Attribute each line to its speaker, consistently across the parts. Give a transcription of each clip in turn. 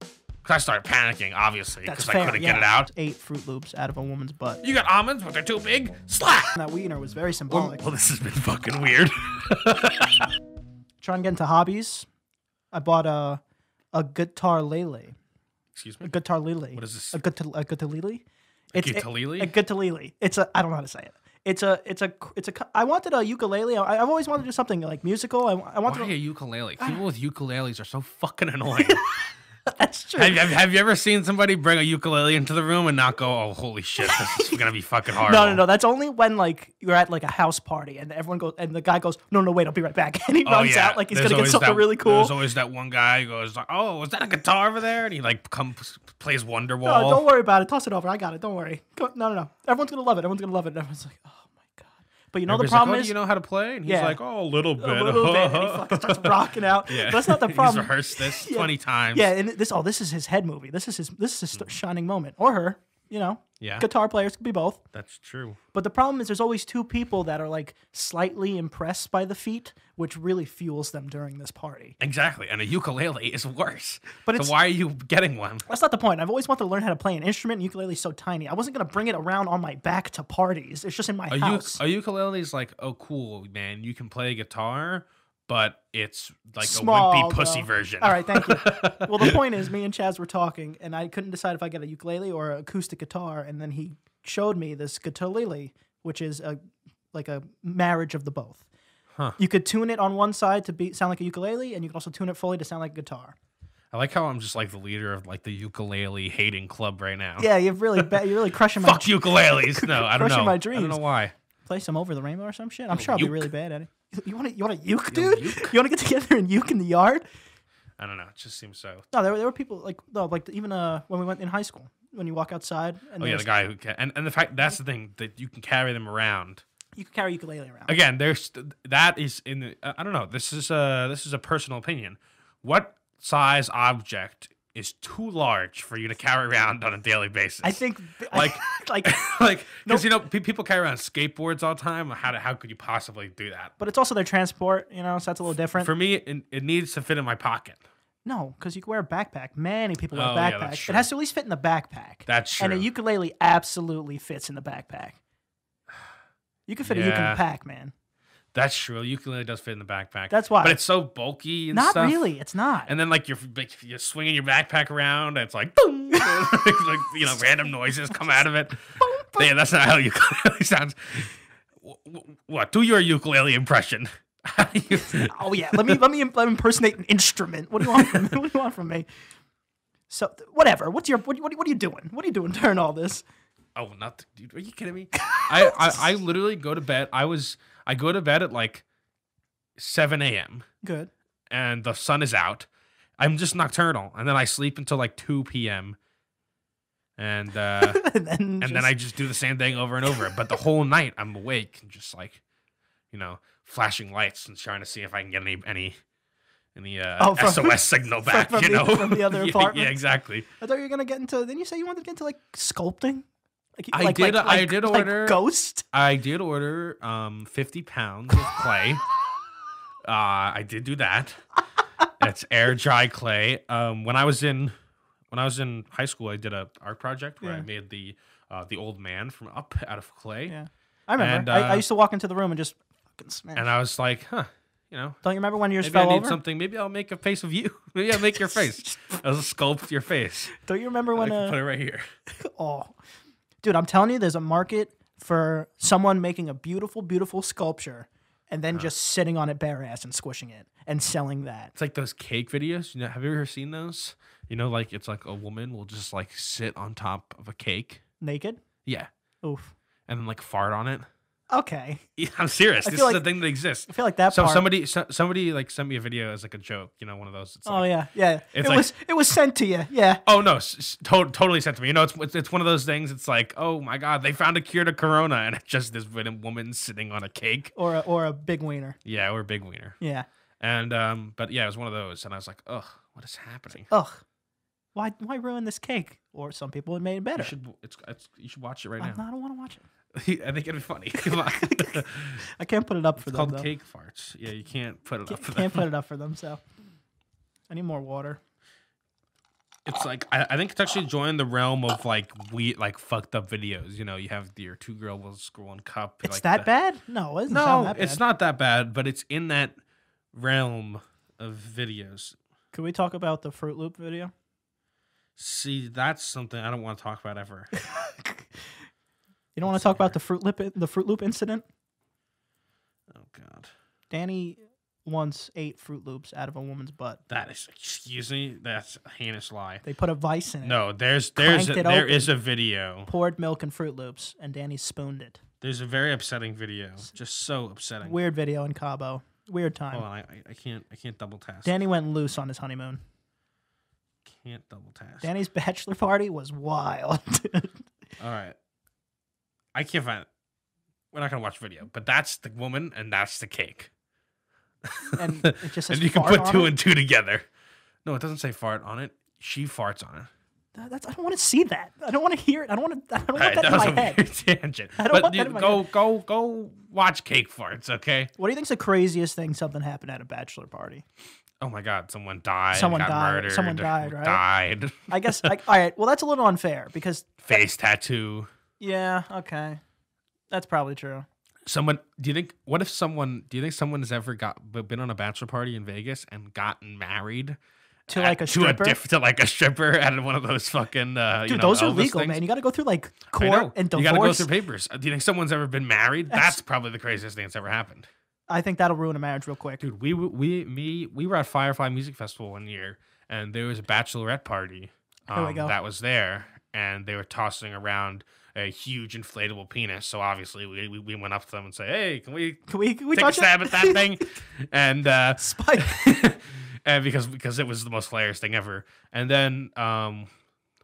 Speaker 1: Because I started panicking, obviously,
Speaker 2: That's
Speaker 1: because
Speaker 2: fair.
Speaker 1: I couldn't
Speaker 2: yeah.
Speaker 1: get it out.
Speaker 2: Ate Fruit Loops out of a woman's butt.
Speaker 1: You got almonds, but they're too big. Slap!
Speaker 2: And that wiener was very symbolic.
Speaker 1: Well, this has been fucking weird.
Speaker 2: Trying to get into hobbies. I bought a a guitar lele,
Speaker 1: Excuse
Speaker 2: a
Speaker 1: me.
Speaker 2: guitar lele.
Speaker 1: What is this?
Speaker 2: A guitar a guitar lele. It's a,
Speaker 1: Guitalili?
Speaker 2: a guitar lele. It's a I don't know how to say it. It's a it's a it's a. cu- I wanted a ukulele. I, I've always wanted to do something like musical. I, I wanted.
Speaker 1: Why a
Speaker 2: to,
Speaker 1: ukulele?
Speaker 2: Ah.
Speaker 1: People with ukuleles are so fucking annoying.
Speaker 2: that's true.
Speaker 1: have, have, have you ever seen somebody bring a ukulele into the room and not go, oh, holy shit, this is going to be fucking hard?
Speaker 2: No, no, no. That's only when like you're at like a house party and everyone goes and the guy goes, no, no, wait, I'll be right back, and he runs out like he's
Speaker 1: Oh, There's
Speaker 2: gonna get
Speaker 1: always
Speaker 2: something
Speaker 1: that-
Speaker 2: really cool.
Speaker 1: There's always that one guy who goes, like, "Oh, is that a guitar over there?" And he like comes plays Wonderwall.
Speaker 2: Oh, don't worry about it. Toss it over. I got it. Don't worry. Go, no, no, no. Everyone's gonna love it. Everyone's gonna love it. And everyone's like, oh my god. But you know
Speaker 1: Everybody's
Speaker 2: the problem
Speaker 1: like, "Oh,
Speaker 2: is
Speaker 1: do you know how to play, and he's
Speaker 2: Yeah.
Speaker 1: like, "Oh, a little bit."
Speaker 2: a little bit. And he fucking starts rocking out.
Speaker 1: yeah,
Speaker 2: But that's not the problem.
Speaker 1: he's rehearsed this
Speaker 2: Yeah.
Speaker 1: twenty times.
Speaker 2: Yeah, and this. Oh, this is his head movie. This is his. This is his st- shining moment, or her. You know.
Speaker 1: Hmm. Yeah.
Speaker 2: Guitar players could be both.
Speaker 1: that's true.
Speaker 2: But the problem is, there's always two people that are like slightly impressed by the feat, which really fuels them during this party.
Speaker 1: Exactly, and a ukulele is worse.
Speaker 2: But
Speaker 1: But
Speaker 2: it's-
Speaker 1: so why are you getting one?
Speaker 2: That's not the point. I've always wanted to learn how to play an instrument. and Ukulele's so tiny. I wasn't gonna bring it around on my back to parties. It's just in my
Speaker 1: A, uk-
Speaker 2: house.
Speaker 1: a ukulele is like, "Oh, cool, man, you can play guitar." But it's like a
Speaker 2: Small,
Speaker 1: wimpy pussy
Speaker 2: though.
Speaker 1: version.
Speaker 2: All right, thank you. well, the point is, me and Chaz were talking, and I couldn't decide if I get a ukulele or an acoustic guitar. And then he showed me this guitarlele, which is a like a marriage of the both.
Speaker 1: Huh.
Speaker 2: You could tune it on one side to be sound like a ukulele, and you can also tune it fully to sound like a guitar.
Speaker 1: I like how I'm just like the leader of like the ukulele hating club right now.
Speaker 2: Yeah, you're really ba- you're really crushing my
Speaker 1: Fuck ukuleles. No, I don't
Speaker 2: Crushing
Speaker 1: know.
Speaker 2: my
Speaker 1: I don't
Speaker 2: dreams.
Speaker 1: know why.
Speaker 2: play some over the rainbow or some shit. I'm sure I'll be
Speaker 1: uke.
Speaker 2: really bad at it. You want to you want to uke, dude?
Speaker 1: uke.
Speaker 2: You want to get together and uke in the yard?
Speaker 1: I don't know. It just seems so.
Speaker 2: No, there, were- there were people like no, like even uh when we went in high school, when you walk outside and
Speaker 1: Oh yeah,
Speaker 2: there's-
Speaker 1: the guy who ca- and and the fact that's the thing that you can carry them around.
Speaker 2: you could carry ukulele around.
Speaker 1: Again, there's that is in the I don't know. This is uh this is a personal opinion. What size object is too large for you to carry around on a daily basis?
Speaker 2: I think
Speaker 1: Like-
Speaker 2: like,
Speaker 1: like because you know pe- people carry around skateboards all the time. How do, how could you possibly do that?
Speaker 2: but it's also their transport, you know, so that's a little different.
Speaker 1: For me, it, it needs to fit in my pocket.
Speaker 2: no, because you can wear a backpack. Many people wear
Speaker 1: Oh,
Speaker 2: a
Speaker 1: yeah,
Speaker 2: backpack.
Speaker 1: that's true.
Speaker 2: it has to at least fit in the backpack.
Speaker 1: That's
Speaker 2: And a
Speaker 1: true.
Speaker 2: ukulele absolutely fits in the backpack. You can fit a uke in
Speaker 1: Yeah.
Speaker 2: the pack, man.
Speaker 1: That's true. Ukulele does fit in the backpack.
Speaker 2: That's why.
Speaker 1: But it's so bulky and
Speaker 2: Not
Speaker 1: stuff.
Speaker 2: really. It's not.
Speaker 1: And then like you're like, you're swinging your backpack around, and it's like boom, like, like, you know, random noises come out of it. yeah, that's not how ukulele sounds. Wh- wh- What? Do your ukulele impression. How do you-
Speaker 2: Oh yeah, let me let me let me impersonate an instrument. What do you want from me? What do you want from me? So th- whatever. What's your what, what, what are you doing? What are you doing during all this?
Speaker 1: oh, not dude. Are you kidding me? I, I I literally go to bed. I was I go to bed at like seven a.m.
Speaker 2: Good.
Speaker 1: and the sun is out. I'm just nocturnal, and then I sleep until like two p.m. And uh,
Speaker 2: and then
Speaker 1: and then I just do the same thing over and over. But the whole night I'm awake and just like, you know, flashing lights and trying to see if I can get any any any uh,
Speaker 2: Oh, from-
Speaker 1: SOS signal back.
Speaker 2: from
Speaker 1: you
Speaker 2: the-
Speaker 1: know,
Speaker 2: from the other
Speaker 1: Yeah, yeah,
Speaker 2: apartment?
Speaker 1: exactly.
Speaker 2: I thought you were gonna get into. Then you say you wanted to get into like sculpting. Like,
Speaker 1: I did- I did order-
Speaker 2: ghost.
Speaker 1: I did order um 50 pounds of clay. uh, I did do that. That's air dry clay. Um, when I was in when I was in high school, I did a art project where I
Speaker 2: Yeah.
Speaker 1: made the uh, the old man from Up out of clay,
Speaker 2: Yeah. I remember.
Speaker 1: And,
Speaker 2: I, I
Speaker 1: uh,
Speaker 2: used to walk into the room and just fucking smash.
Speaker 1: and I was like, huh, you know,
Speaker 2: Don't you remember when yours
Speaker 1: Maybe I
Speaker 2: fell
Speaker 1: need
Speaker 2: over?
Speaker 1: something. Maybe I'll make a face of you. Maybe I'll make your face. I'll sculpt your face.
Speaker 2: Don't you remember
Speaker 1: I
Speaker 2: when?
Speaker 1: can
Speaker 2: Uh,
Speaker 1: put it right here.
Speaker 2: Oh, dude, I'm telling you, there's a market for someone making a beautiful, beautiful sculpture and
Speaker 1: Uh-huh.
Speaker 2: then just sitting on it bare ass and squishing it and selling that.
Speaker 1: It's like those cake videos. You know, have you ever seen those? You know, like it's like a woman will just like sit on top of a cake.
Speaker 2: Naked?
Speaker 1: Yeah,
Speaker 2: Oof.
Speaker 1: and then like fart on it.
Speaker 2: Okay.
Speaker 1: Yeah, I'm serious.
Speaker 2: I
Speaker 1: This is
Speaker 2: feel
Speaker 1: the
Speaker 2: like-
Speaker 1: thing that exists.
Speaker 2: I feel like that
Speaker 1: So
Speaker 2: part.
Speaker 1: somebody, so, somebody like sent me a video as like a joke. You know, one of those. It's
Speaker 2: oh
Speaker 1: like,
Speaker 2: yeah, yeah. It
Speaker 1: It's like-
Speaker 2: was it was sent to you. Yeah.
Speaker 1: Oh no, s- s- to- totally sent to me. You know, it's, it's it's one of those things. It's like, oh my god, they found a cure to corona, and it's just this woman sitting on a cake.
Speaker 2: Or a, or a big wiener.
Speaker 1: Yeah, we're big wiener.
Speaker 2: Yeah.
Speaker 1: And um, but yeah, it was one of those, and I was like, ugh, what is happening?
Speaker 2: Ugh. Why why ruin this cake? Or some people it made it better. Uh-huh.
Speaker 1: You should it's, it's you should watch it right
Speaker 2: I,
Speaker 1: now.
Speaker 2: I don't want to watch it.
Speaker 1: I think it'd be funny. Come on.
Speaker 2: I can't put it up for
Speaker 1: it's
Speaker 2: them
Speaker 1: called
Speaker 2: though.
Speaker 1: cake farts. Yeah, you can't put it up.
Speaker 2: Can't, can't put it up for them. So I need more water.
Speaker 1: it's like I, I think it's actually joined the realm of like we like fucked up videos. You know, you have your two girl girls one cup.
Speaker 2: It's
Speaker 1: like
Speaker 2: that
Speaker 1: the-
Speaker 2: bad? No, it doesn't sound
Speaker 1: No,
Speaker 2: that bad.
Speaker 1: it's not that bad, but it's in that realm of videos.
Speaker 2: Can we talk about the Fruit Loop video?
Speaker 1: See, that's something I don't want to talk about ever.
Speaker 2: You don't want
Speaker 1: Let's
Speaker 2: to
Speaker 1: see
Speaker 2: talk about the Fruit Loop the Fruit Loop incident?
Speaker 1: oh God,
Speaker 2: Danny once ate Fruit Loops out of a woman's butt.
Speaker 1: that is excuse me, that's a heinous lie.
Speaker 2: They put a vice in it.
Speaker 1: No, there's there's a,
Speaker 2: Cranked it
Speaker 1: there
Speaker 2: open.
Speaker 1: is a video.
Speaker 2: Poured milk and Fruit Loops, and Danny spooned it.
Speaker 1: There's a very upsetting video. Just so upsetting.
Speaker 2: Weird video in Cabo. Weird time.
Speaker 1: Hold on, I, I- I can't I can't double task.
Speaker 2: Danny went loose on his honeymoon.
Speaker 1: can't double task.
Speaker 2: Danny's bachelor party was wild.
Speaker 1: All right. I can't find it. We're not gonna watch video, but that's the woman and that's the cake.
Speaker 2: and it just says
Speaker 1: and you can
Speaker 2: fart
Speaker 1: put
Speaker 2: on
Speaker 1: two
Speaker 2: it.
Speaker 1: and two together. No, it doesn't say fart on it. She farts on it.
Speaker 2: That- that's, I don't want to see that. I don't want to hear it. I don't want to. I don't
Speaker 1: All right,
Speaker 2: want that in my head.
Speaker 1: weird tangent.
Speaker 2: I don't
Speaker 1: But
Speaker 2: want that
Speaker 1: you-
Speaker 2: in my
Speaker 1: go go go watch cake farts, okay?
Speaker 2: What do you think's the craziest thing something happened at a bachelor party?
Speaker 1: Oh my god, someone died.
Speaker 2: Someone
Speaker 1: got
Speaker 2: died-
Speaker 1: Murdered,
Speaker 2: someone died, right?
Speaker 1: Died.
Speaker 2: I guess. I, all right. Well, that's a little unfair because
Speaker 1: Face tattoo.
Speaker 2: yeah. Okay, that's probably true.
Speaker 1: Someone. Do you think? What if someone? Do you think someone has ever got been on a bachelor party in Vegas and gotten married
Speaker 2: To
Speaker 1: at-
Speaker 2: like a stripper.
Speaker 1: Uh, to a diff, to like a stripper at one of those fucking uh,
Speaker 2: Dude,
Speaker 1: you know,
Speaker 2: those are
Speaker 1: Elvis
Speaker 2: legal,
Speaker 1: things?
Speaker 2: man. You got to go through like
Speaker 1: I know.
Speaker 2: court and
Speaker 1: You gotta go
Speaker 2: divorce.
Speaker 1: through papers. Uh, Do you think someone's ever been married?
Speaker 2: That's-
Speaker 1: That's probably the craziest thing that's ever happened.
Speaker 2: I think that'll ruin a marriage real quick.
Speaker 1: Dude, we w- we me we were at Firefly Music Festival one year, and there was a bachelorette party
Speaker 2: There we
Speaker 1: um,
Speaker 2: go.
Speaker 1: that was there, and they were tossing around a huge inflatable penis. So obviously, we, we, we went up to them and say, "Hey, can we
Speaker 2: Can we? Can we
Speaker 1: take a
Speaker 2: touch
Speaker 1: stab
Speaker 2: it?
Speaker 1: at that thing?" And uh,
Speaker 2: Spike.
Speaker 1: and because because it was the most hilarious thing ever. And then um,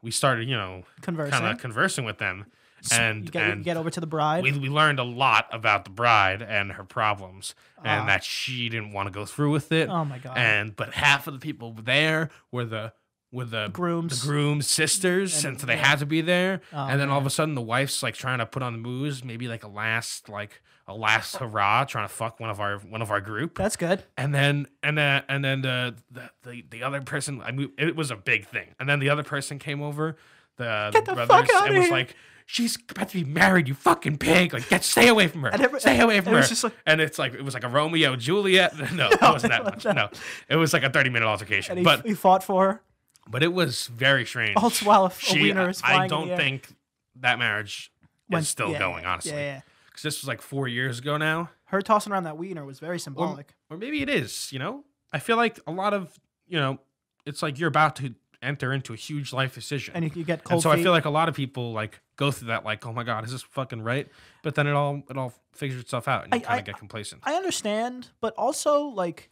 Speaker 1: we started, you know, kind
Speaker 2: Conversing.
Speaker 1: of conversing with them,
Speaker 2: S-
Speaker 1: and
Speaker 2: you get, you
Speaker 1: and
Speaker 2: get over to the bride.
Speaker 1: we, we learned a lot about the bride and her problems
Speaker 2: Ah.
Speaker 1: and that she didn't want to go through with it
Speaker 2: oh my god.
Speaker 1: and but half of the people there were the were the
Speaker 2: Grooms.
Speaker 1: the groom's sisters
Speaker 2: And-
Speaker 1: and so they
Speaker 2: yeah.
Speaker 1: had to be there
Speaker 2: Oh,
Speaker 1: and then all of a sudden the wife's like trying to put on the moves maybe like a last like a last hurrah trying to fuck one of our one of our group
Speaker 2: That's good.
Speaker 1: and then and then and then the the the, the other person I mean it was a big thing. And then the other person came over, the,
Speaker 2: Get the
Speaker 1: brothers,
Speaker 2: fuck outta
Speaker 1: and was
Speaker 2: here.
Speaker 1: like, "She's about to be married, you fucking pig! Like, get stay away from her,
Speaker 2: And every-
Speaker 1: stay away from
Speaker 2: and it
Speaker 1: her."
Speaker 2: was just like-
Speaker 1: and it's like it was like a Romeo Juliet. No, it wasn't that much. No, it was like a thirty minute
Speaker 2: And
Speaker 1: altercation.
Speaker 2: he,
Speaker 1: But
Speaker 2: he fought for her.
Speaker 1: but it was very strange.
Speaker 2: All while a, f- a
Speaker 1: She-
Speaker 2: wiener
Speaker 1: I-
Speaker 2: is flying
Speaker 1: I
Speaker 2: in
Speaker 1: don't
Speaker 2: the air.
Speaker 1: think that marriage
Speaker 2: When-
Speaker 1: is still
Speaker 2: yeah,
Speaker 1: going
Speaker 2: yeah,
Speaker 1: honestly
Speaker 2: Yeah, yeah.
Speaker 1: because this was like four years ago now.
Speaker 2: Her tossing around that wiener was very symbolic.
Speaker 1: or maybe it is you know i feel like a lot of you know it's like you're about to enter into a huge life decision
Speaker 2: and
Speaker 1: and,
Speaker 2: you, you get cold
Speaker 1: so
Speaker 2: feet.
Speaker 1: i feel like a lot of people like go through that like oh my god is this fucking right but then it all it all figures itself out and you
Speaker 2: I-
Speaker 1: kind
Speaker 2: I-
Speaker 1: of get complacent
Speaker 2: I understand, but also like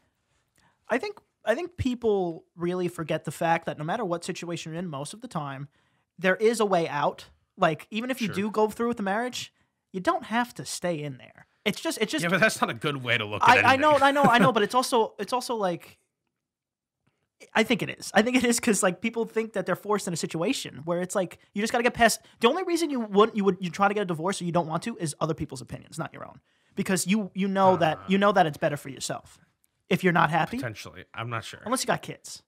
Speaker 2: I think I think people really forget the fact that no matter what situation you're in, most of the time, there is a way out. Like even if you
Speaker 1: Sure.
Speaker 2: do go through with the marriage, you don't have to stay in there. It's just it's just
Speaker 1: yeah but that's not a good way to look at it
Speaker 2: I, I know, I know, I know, but it's also it's also like I think it is. I think it is because like people think that they're forced in a situation where it's like you just got to get past. The only reason you wouldn't you would you try to get a divorce or you don't want to is other people's opinions, not your own, because you you know that
Speaker 1: Ah.
Speaker 2: you know that it's better for yourself if you're not happy,
Speaker 1: potentially i'm not sure
Speaker 2: unless you got kids.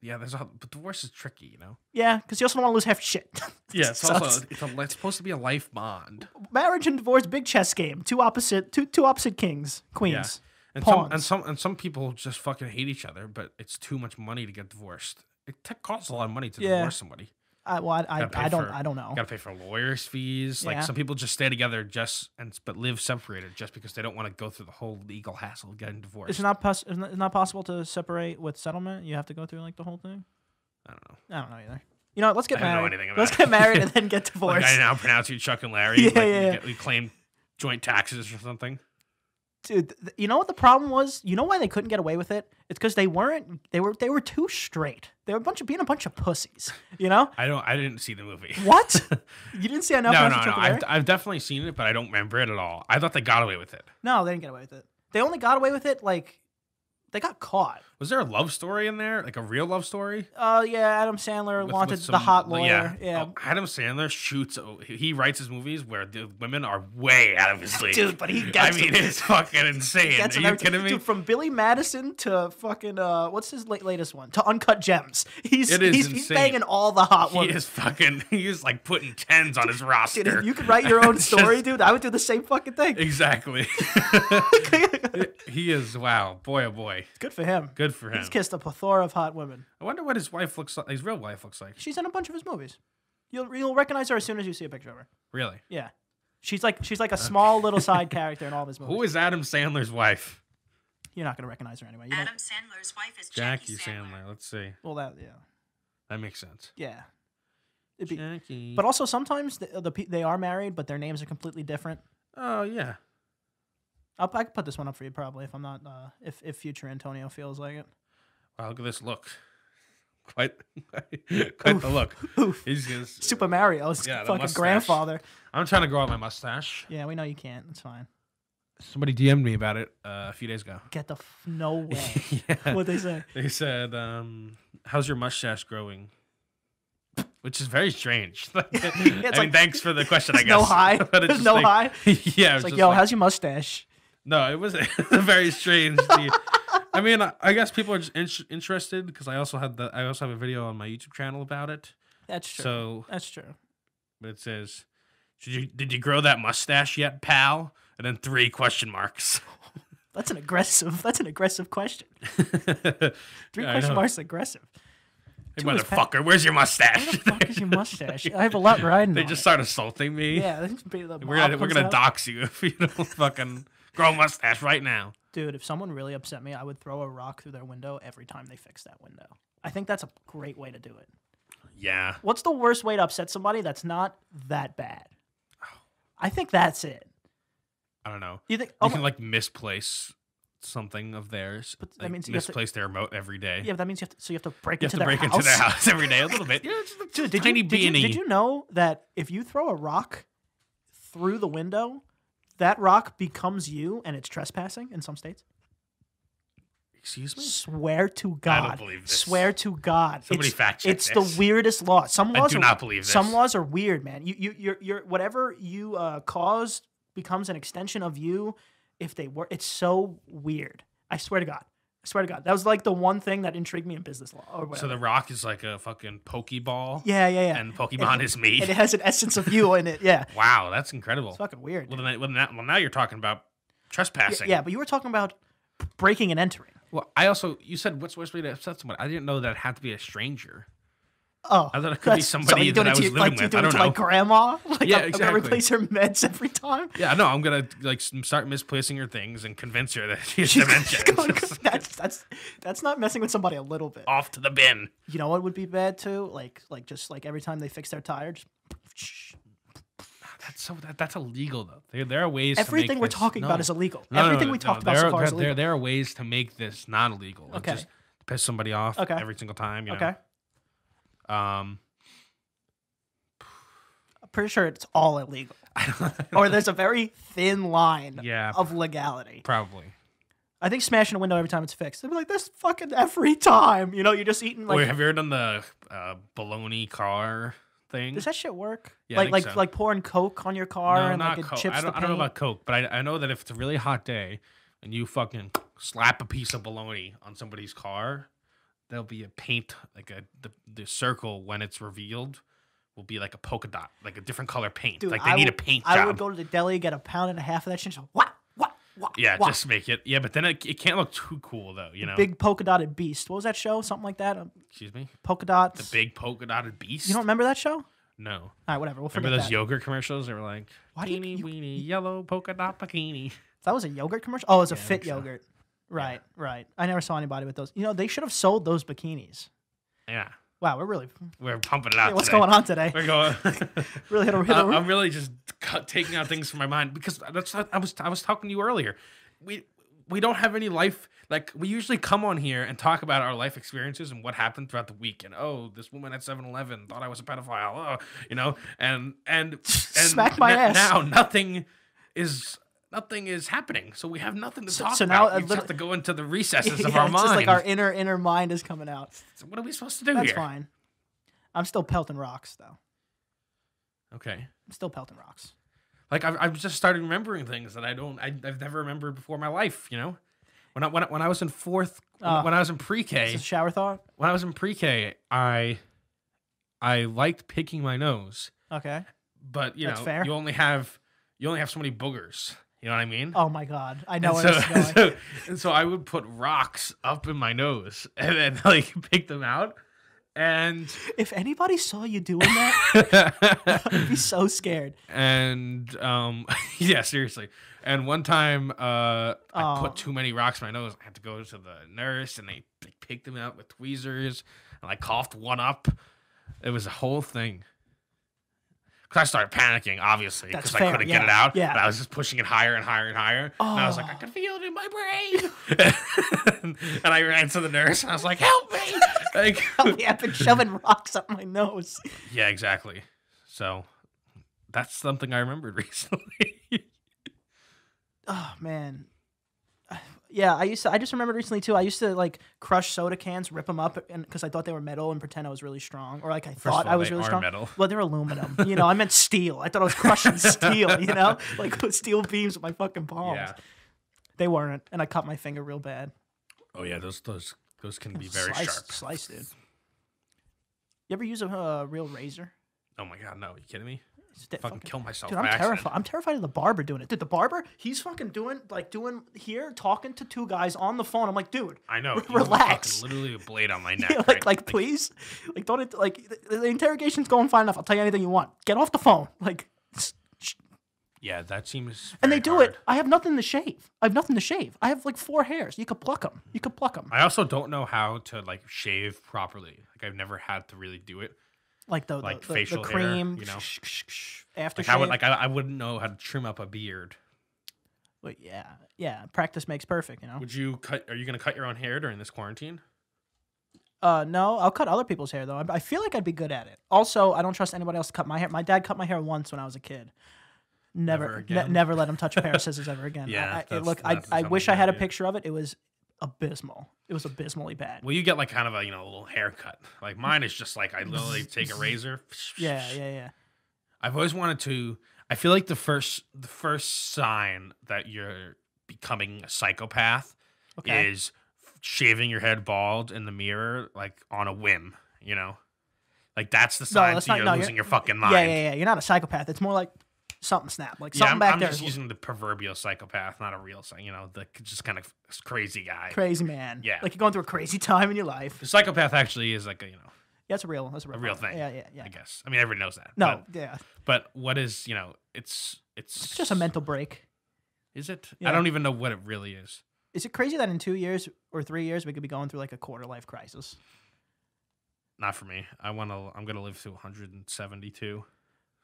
Speaker 1: yeah there's a but divorce is tricky you know
Speaker 2: Yeah, because you also don't want to lose half your shit.
Speaker 1: yeah it's
Speaker 2: So
Speaker 1: also it's, a, it's supposed to be a life bond
Speaker 2: marriage and divorce, big chess game. Two opposite two two opposite kings, queens.
Speaker 1: and some, and
Speaker 2: Pawns.
Speaker 1: some and some people just fucking hate each other but it's too much money to get divorced it t- costs a lot of money to
Speaker 2: Yeah.
Speaker 1: divorce somebody
Speaker 2: I, well, I, I,
Speaker 1: Gotta pay
Speaker 2: I don't
Speaker 1: for-
Speaker 2: I don't know.
Speaker 1: Gotta pay for lawyers' fees.
Speaker 2: Yeah.
Speaker 1: Like some people just stay together just and but live separated just because they don't want to go through the whole legal hassle of getting divorced.
Speaker 2: It's not, pos- it's not it's not possible to separate with settlement. You have to go through like the whole thing.
Speaker 1: I don't know.
Speaker 2: I don't know either. You know, what, let's get
Speaker 1: I don't know
Speaker 2: married.
Speaker 1: anything about
Speaker 2: let's
Speaker 1: it.
Speaker 2: get married and then get
Speaker 1: Like,
Speaker 2: divorced.
Speaker 1: I now pronounce you Chuck and Larry.
Speaker 2: Yeah,
Speaker 1: like,
Speaker 2: yeah,
Speaker 1: You,
Speaker 2: yeah.
Speaker 1: get, you claim joint taxes or something.
Speaker 2: Dude, th- you know what the problem was? You know why they couldn't get away with it? It's because they weren't. They were. They were too straight. They were a bunch of being a bunch of pussies. You know
Speaker 1: I don't. I didn't see the movie.
Speaker 2: what? you didn't see enough.
Speaker 1: No, no,
Speaker 2: Monster
Speaker 1: no.
Speaker 2: Truck
Speaker 1: I've,
Speaker 2: Larry?
Speaker 1: I've definitely seen it, but I don't remember it at all. I thought they got away with it.
Speaker 2: no, they didn't get away with it. They only got away with it like they got caught.
Speaker 1: Was there a love story in there? Like a real love story?
Speaker 2: Oh yeah, Adam Sandler
Speaker 1: With-
Speaker 2: wanted
Speaker 1: with
Speaker 2: the
Speaker 1: some-
Speaker 2: hot lawyer. Yeah,
Speaker 1: Oh, Adam Sandler shoots. oh, He he writes his movies where the women are way out of his league.
Speaker 2: dude, but he
Speaker 1: I
Speaker 2: gets.
Speaker 1: mean,
Speaker 2: them.
Speaker 1: it's fucking
Speaker 2: He
Speaker 1: insane.
Speaker 2: gets
Speaker 1: Are
Speaker 2: them
Speaker 1: you
Speaker 2: every time.
Speaker 1: kidding me?
Speaker 2: Dude, from Billy Madison to fucking uh, what's his late, latest one? To Uncut Gems. He's
Speaker 1: It is
Speaker 2: he's, he's
Speaker 1: insane.
Speaker 2: banging all the hot
Speaker 1: He
Speaker 2: ones.
Speaker 1: is fucking. He is like putting tens on his
Speaker 2: Dude,
Speaker 1: roster.
Speaker 2: if you could write your own
Speaker 1: It's
Speaker 2: story,
Speaker 1: just-
Speaker 2: dude, I would do the same fucking thing.
Speaker 1: Exactly. he is wow, boy oh boy.
Speaker 2: Good for him.
Speaker 1: Good for him.
Speaker 2: He's kissed a plethora of hot women.
Speaker 1: I wonder what his wife looks like. His real wife looks like.
Speaker 2: She's in a bunch of his movies. You'll you'll recognize her as soon as you see a picture of her.
Speaker 1: Really?
Speaker 2: Yeah, she's like she's like a small little side character in all of his movies.
Speaker 1: Who is Adam Sandler's wife?
Speaker 2: You're not gonna recognize her anyway. You don't,
Speaker 3: Adam Sandler's wife is Jackie,
Speaker 1: Jackie
Speaker 3: Sandler.
Speaker 1: Sandler. Let's see.
Speaker 2: well, that yeah
Speaker 1: That makes sense.
Speaker 2: yeah. It'd be,
Speaker 1: Jackie.
Speaker 2: but also sometimes the, the pe- they are married, but their names are completely different.
Speaker 1: oh yeah.
Speaker 2: I'll, I could put this one up for you probably if I'm not uh, if if future Antonio feels like it.
Speaker 1: Wow, look at this look. Quite, quite the look.
Speaker 2: Oof.
Speaker 1: He's just,
Speaker 2: Super Mario's
Speaker 1: Yeah, the
Speaker 2: fucking
Speaker 1: mustache.
Speaker 2: grandfather.
Speaker 1: I'm trying to grow out my mustache.
Speaker 2: Yeah, we know you can't. It's fine.
Speaker 1: Somebody DM'd me about it uh, a few days ago.
Speaker 2: Get the f- no way.
Speaker 1: yeah.
Speaker 2: what they say?
Speaker 1: They said, um, "How's your mustache growing?" Which is very strange. Like, I mean,
Speaker 2: like,
Speaker 1: thanks for the question. I
Speaker 2: There's no
Speaker 1: guess
Speaker 2: high.
Speaker 1: But it's
Speaker 2: There's
Speaker 1: just
Speaker 2: no
Speaker 1: like-
Speaker 2: high.
Speaker 1: yeah, it was
Speaker 2: It's like,
Speaker 1: just
Speaker 2: yo, how's your mustache?
Speaker 1: no, it was a very strange. the- I mean, I, I guess people are just in- interested because I also had the I also have a video on my YouTube channel about it.
Speaker 2: That's true.
Speaker 1: So
Speaker 2: That's true.
Speaker 1: but it says, "Did you did you grow that mustache yet, pal?" And then three question marks.
Speaker 2: That's an aggressive. That's an aggressive question. Three
Speaker 1: Yeah, I
Speaker 2: question
Speaker 1: know.
Speaker 2: marks aggressive.
Speaker 1: Hey,
Speaker 2: Two is pa-
Speaker 1: motherfucker, where's your
Speaker 2: Where the
Speaker 1: mustache?
Speaker 2: fuck is your mustache? I have a lot riding.
Speaker 1: they
Speaker 2: on
Speaker 1: just
Speaker 2: it.
Speaker 1: start assaulting me.
Speaker 2: Yeah, this would be the
Speaker 1: We're
Speaker 2: mop
Speaker 1: gonna, we're
Speaker 2: comes
Speaker 1: gonna
Speaker 2: out.
Speaker 1: dox you if you don't fucking grow a mustache right now.
Speaker 2: Dude, if someone really upset me, I would throw a rock through their window every time they fix that window. I think that's a great way to do it.
Speaker 1: Yeah.
Speaker 2: What's the worst way to upset somebody that's not that bad? I think that's it.
Speaker 1: I don't know.
Speaker 2: You think?
Speaker 1: You
Speaker 2: Oh,
Speaker 1: can
Speaker 2: my-
Speaker 1: like misplace something of theirs.
Speaker 2: But that
Speaker 1: like,
Speaker 2: means you have to-
Speaker 1: misplace their remote every day.
Speaker 2: yeah, but that means you have to. So you have to break
Speaker 1: You have
Speaker 2: into
Speaker 1: to
Speaker 2: their
Speaker 1: break
Speaker 2: house.
Speaker 1: into their house every day a little bit. Yeah, just a
Speaker 2: Dude, did
Speaker 1: tiny E.
Speaker 2: you, did you-
Speaker 1: beanie.
Speaker 2: did you know that if you throw a rock through the window, that rock becomes you, and it's trespassing in some states?
Speaker 1: Excuse me.
Speaker 2: Swear to God.
Speaker 1: believe this.
Speaker 2: Swear to God.
Speaker 1: Somebody
Speaker 2: it's,
Speaker 1: fact check
Speaker 2: It's
Speaker 1: this.
Speaker 2: the weirdest law. Some
Speaker 1: I
Speaker 2: laws
Speaker 1: do
Speaker 2: are,
Speaker 1: not believe this.
Speaker 2: Some laws are weird, man. You you you're, you're whatever you uh, cause becomes an extension of you. If they were, it's so weird. I swear to God. I swear to God. That was like the one thing that intrigued me in business law or
Speaker 1: So
Speaker 2: whatever.
Speaker 1: the rock is like a fucking pokeball.
Speaker 2: yeah, yeah, yeah.
Speaker 1: And Pokemon is me.
Speaker 2: and it has an essence of you in it. Yeah,
Speaker 1: Wow, that's incredible.
Speaker 2: it's fucking weird.
Speaker 1: Well, then, well, now, well, now you're talking about trespassing.
Speaker 2: Yeah, but you were talking about breaking and entering.
Speaker 1: Well, I also you said what's the worst way to upset someone. I didn't know that it had to be a stranger.
Speaker 2: Oh,
Speaker 1: I thought it could be
Speaker 2: that's-
Speaker 1: somebody
Speaker 2: you're
Speaker 1: that
Speaker 2: doing
Speaker 1: I
Speaker 2: it
Speaker 1: was
Speaker 2: to,
Speaker 1: living
Speaker 2: like,
Speaker 1: with.
Speaker 2: You're doing
Speaker 1: I don't
Speaker 2: it to
Speaker 1: know.
Speaker 2: my grandma. Like,
Speaker 1: Yeah,
Speaker 2: I'm, I'm gonna
Speaker 1: exactly.
Speaker 2: replace her meds every time.
Speaker 1: Yeah, no, I'm gonna like s- start misplacing her things and convince her that she has
Speaker 2: She's
Speaker 1: dementia.
Speaker 2: going-
Speaker 1: Just
Speaker 2: that's that's that's not messing with somebody a little bit.
Speaker 1: off to the bin.
Speaker 2: You know what would be bad too? Like like just like every time they fix their tire, just
Speaker 1: That's so that, that's illegal though. There there are ways. to
Speaker 2: everything
Speaker 1: make
Speaker 2: we're
Speaker 1: this-
Speaker 2: talking
Speaker 1: no.
Speaker 2: about is illegal.
Speaker 1: No, no,
Speaker 2: everything
Speaker 1: no,
Speaker 2: we
Speaker 1: no,
Speaker 2: talked about
Speaker 1: there,
Speaker 2: so far
Speaker 1: are,
Speaker 2: is
Speaker 1: there,
Speaker 2: illegal.
Speaker 1: there are ways to make this not illegal. Like,
Speaker 2: Okay.
Speaker 1: Just piss somebody off
Speaker 2: Okay.
Speaker 1: every single time. You know?
Speaker 2: okay,
Speaker 1: Um.
Speaker 2: I'm pretty sure it's all illegal,
Speaker 1: I don't,
Speaker 2: or there's a very thin line
Speaker 1: yeah.
Speaker 2: of legality.
Speaker 1: Probably.
Speaker 2: I think smashing a window every time it's fixed. They'd be like, "This fucking every time." You know, you're just eating like.
Speaker 1: Wait, have you ever done the uh, baloney car thing?
Speaker 2: Does that shit work?
Speaker 1: Mm-hmm. Yeah, I
Speaker 2: like
Speaker 1: think
Speaker 2: like
Speaker 1: so.
Speaker 2: like pouring coke on your car
Speaker 1: no,
Speaker 2: and
Speaker 1: not
Speaker 2: like it
Speaker 1: Coke.
Speaker 2: chips
Speaker 1: I don't,
Speaker 2: the
Speaker 1: I don't know
Speaker 2: paint?
Speaker 1: about Coke, but I, I know that if it's a really hot day and you fucking slap a piece of bologna on somebody's car, there'll be a paint like a the, the circle when it's revealed will be like a polka dot, like a different color paint.
Speaker 2: Dude,
Speaker 1: like they
Speaker 2: I
Speaker 1: need
Speaker 2: would-
Speaker 1: a paint
Speaker 2: I
Speaker 1: job.
Speaker 2: would go to the deli, get a pound and a half of that shit. Just wah, wah, wah,
Speaker 1: yeah,
Speaker 2: wah.
Speaker 1: just make it. Yeah, but then it, it can't look too cool though. You know,
Speaker 2: big polka dotted beast. What was that show? Something like that. Um,
Speaker 1: excuse me,
Speaker 2: polka dots.
Speaker 1: the big polka dotted beast.
Speaker 2: You don't remember that show? All
Speaker 1: no,
Speaker 2: right, whatever. We'll forget
Speaker 1: remember those
Speaker 2: that.
Speaker 1: yogurt commercials? They were like
Speaker 2: Why do you-
Speaker 1: teeny
Speaker 2: you-
Speaker 1: weeny yellow polka dot bikini.
Speaker 2: that was a yogurt commercial. Oh, it was a
Speaker 1: Yeah, I
Speaker 2: Fit
Speaker 1: think so.
Speaker 2: yogurt. Right, right. I never saw anybody with those. You know, they should have sold those bikinis.
Speaker 1: Yeah,
Speaker 2: Wow, we're really.
Speaker 1: we're pumping it out.
Speaker 2: Hey, what's
Speaker 1: today.
Speaker 2: going on today?
Speaker 1: We're going.
Speaker 2: Really hit a, hit a-
Speaker 1: I, I'm really just cut, taking out things from my mind because that's not, I was I was talking to you earlier. We we don't have any life like we usually come on here and talk about our life experiences and what happened throughout the week and oh this woman at 7-Eleven thought I was a pedophile oh, you know and and and
Speaker 2: Smack my
Speaker 1: na-
Speaker 2: ass.
Speaker 1: now nothing is nothing is happening, so we have nothing to
Speaker 2: So-
Speaker 1: talk
Speaker 2: so now
Speaker 1: about.
Speaker 2: a
Speaker 1: we just
Speaker 2: little-
Speaker 1: have to go into the recesses
Speaker 2: Yeah,
Speaker 1: of our
Speaker 2: it's
Speaker 1: mind.
Speaker 2: just like our inner inner mind is coming out.
Speaker 1: So what are we supposed to do
Speaker 2: That's
Speaker 1: here?
Speaker 2: fine. I'm still pelting rocks though.
Speaker 1: Okay.
Speaker 2: I'm still pelting rocks.
Speaker 1: Like I've, I've just started remembering things that I don't I, I've never remembered before in my life. You know, when I when I, when I was in fourth, when,
Speaker 2: Ah.
Speaker 1: when I was in pre-K,
Speaker 2: Is this a shower thought?
Speaker 1: when I was in pre-K, I I liked picking my nose,
Speaker 2: Okay.
Speaker 1: but you
Speaker 2: That's
Speaker 1: know,
Speaker 2: fair.
Speaker 1: you only have you only have so many boogers. You know what I mean?
Speaker 2: Oh my god. I
Speaker 1: And
Speaker 2: know where
Speaker 1: so,
Speaker 2: this is going.
Speaker 1: so- and so I would put rocks up in my nose and then like pick them out. And
Speaker 2: If anybody saw you doing that, I'd be so scared.
Speaker 1: and um yeah, seriously. And one time uh I
Speaker 2: Aw.
Speaker 1: put too many rocks in my nose. I had to go to the nurse and they, they picked them out with tweezers and I coughed one up. It was a whole thing. Cause I started panicking, obviously,
Speaker 2: That's
Speaker 1: because I
Speaker 2: fair,
Speaker 1: couldn't get
Speaker 2: yeah,
Speaker 1: it out.
Speaker 2: yeah.
Speaker 1: But I was just pushing it higher and higher and higher. And I was like, I
Speaker 2: Aw.
Speaker 1: can feel it in my brain. and I ran to the nurse and I was like, help me. Like,
Speaker 2: Yeah, I've been shoving rocks up my nose.
Speaker 1: yeah, exactly. So that's something I remembered recently.
Speaker 2: Oh man. Yeah, I used to. I just remembered recently too. I used to like crush soda cans, rip them up, and because I thought they were metal and pretend I was really strong, or like I
Speaker 1: First
Speaker 2: thought
Speaker 1: of all,
Speaker 2: I was
Speaker 1: they
Speaker 2: really
Speaker 1: are
Speaker 2: strong.
Speaker 1: metal.
Speaker 2: Well, they're aluminum. you know, I meant steel. I thought I was crushing steel. You know, like with steel beams with my fucking palms.
Speaker 1: Yeah.
Speaker 2: They weren't, and I cut my finger real bad.
Speaker 1: Oh yeah, those those those can be very
Speaker 2: slice,
Speaker 1: sharp.
Speaker 2: Slice, dude. You ever use a uh, real razor?
Speaker 1: Oh my god, no! you kidding me?
Speaker 2: It's that
Speaker 1: Fucking
Speaker 2: fucking-
Speaker 1: kill myself.
Speaker 2: Dude, I'm
Speaker 1: by accident.
Speaker 2: terrified. I'm terrified of the barber doing it. Dude, the barber, he's fucking doing like doing here, talking to two guys on the phone. I'm like, dude,
Speaker 1: I know. you have
Speaker 2: relax.
Speaker 1: Fucking literally a blade on my neck.
Speaker 2: Yeah,
Speaker 1: right?
Speaker 2: like, like, please, like, don't, int- like, the, the interrogation's going fine enough. I'll tell you anything you want. Get off the phone, like, s- sh-
Speaker 1: yeah, that seems.
Speaker 2: and they
Speaker 1: very
Speaker 2: do it.
Speaker 1: hard.
Speaker 2: I have nothing to shave. I have nothing to shave. I have like four hairs. You could pluck them. You could pluck them.
Speaker 1: I also don't know how to like shave properly. Like I've never had to really do it.
Speaker 2: Like the, the-
Speaker 1: like
Speaker 2: the, the
Speaker 1: facial hair,
Speaker 2: cream,
Speaker 1: you know?
Speaker 2: after
Speaker 1: Like I would like I, I wouldn't know how to trim up a beard.
Speaker 2: yeah, yeah. Practice makes perfect, you know.
Speaker 1: Would you cut? Are you gonna cut your own hair during this quarantine?
Speaker 2: Uh, no, I'll cut other people's hair though. I- I feel like I'd be good at it. Also, I don't trust anybody else to cut my hair. My dad cut my hair once when I was a kid.
Speaker 1: Never
Speaker 2: Never, ne-
Speaker 1: again.
Speaker 2: never let him touch a pair of scissors ever again.
Speaker 1: Yeah,
Speaker 2: I- I,
Speaker 1: that's-
Speaker 2: look, I,
Speaker 1: that's
Speaker 2: I
Speaker 1: something
Speaker 2: wish I had a
Speaker 1: bad, yeah.
Speaker 2: picture of it. It was abysmal. It was abysmally bad.
Speaker 1: Well, you get like kind of a you know a little haircut. Like mine is just like I literally take a razor.
Speaker 2: Yeah, yeah, yeah.
Speaker 1: I've always wanted to. I feel like the first the first sign that you're becoming a psychopath
Speaker 2: Okay.
Speaker 1: is shaving your head bald in the mirror, like on a whim. You know, like that's the sign
Speaker 2: that's
Speaker 1: that
Speaker 2: not-
Speaker 1: you're
Speaker 2: no, you're-
Speaker 1: losing your fucking mind.
Speaker 2: yeah, yeah, yeah. You're not a psychopath. It's more like something snap, like
Speaker 1: Yeah,
Speaker 2: something
Speaker 1: I'm,
Speaker 2: back
Speaker 1: I'm
Speaker 2: there.
Speaker 1: just
Speaker 2: is
Speaker 1: using the proverbial psychopath, not a real, psy- you know, the just kind of crazy guy.
Speaker 2: Crazy man.
Speaker 1: Yeah.
Speaker 2: Like you're going through a crazy time in your life.
Speaker 1: the psychopath actually is like a, you know,
Speaker 2: Yeah, that's a real. That's a real,
Speaker 1: a real
Speaker 2: problem.
Speaker 1: thing.
Speaker 2: Yeah, yeah, yeah.
Speaker 1: I guess. I mean, everyone knows that.
Speaker 2: No, yeah.
Speaker 1: but, but what is you know, it's it's
Speaker 2: It's just a mental break.
Speaker 1: Is it?
Speaker 2: Yeah.
Speaker 1: I don't even know what it really is.
Speaker 2: Is it crazy that in two years or three years we could be going through like a quarter life crisis?
Speaker 1: not for me. I want to. I'm gonna live to 172.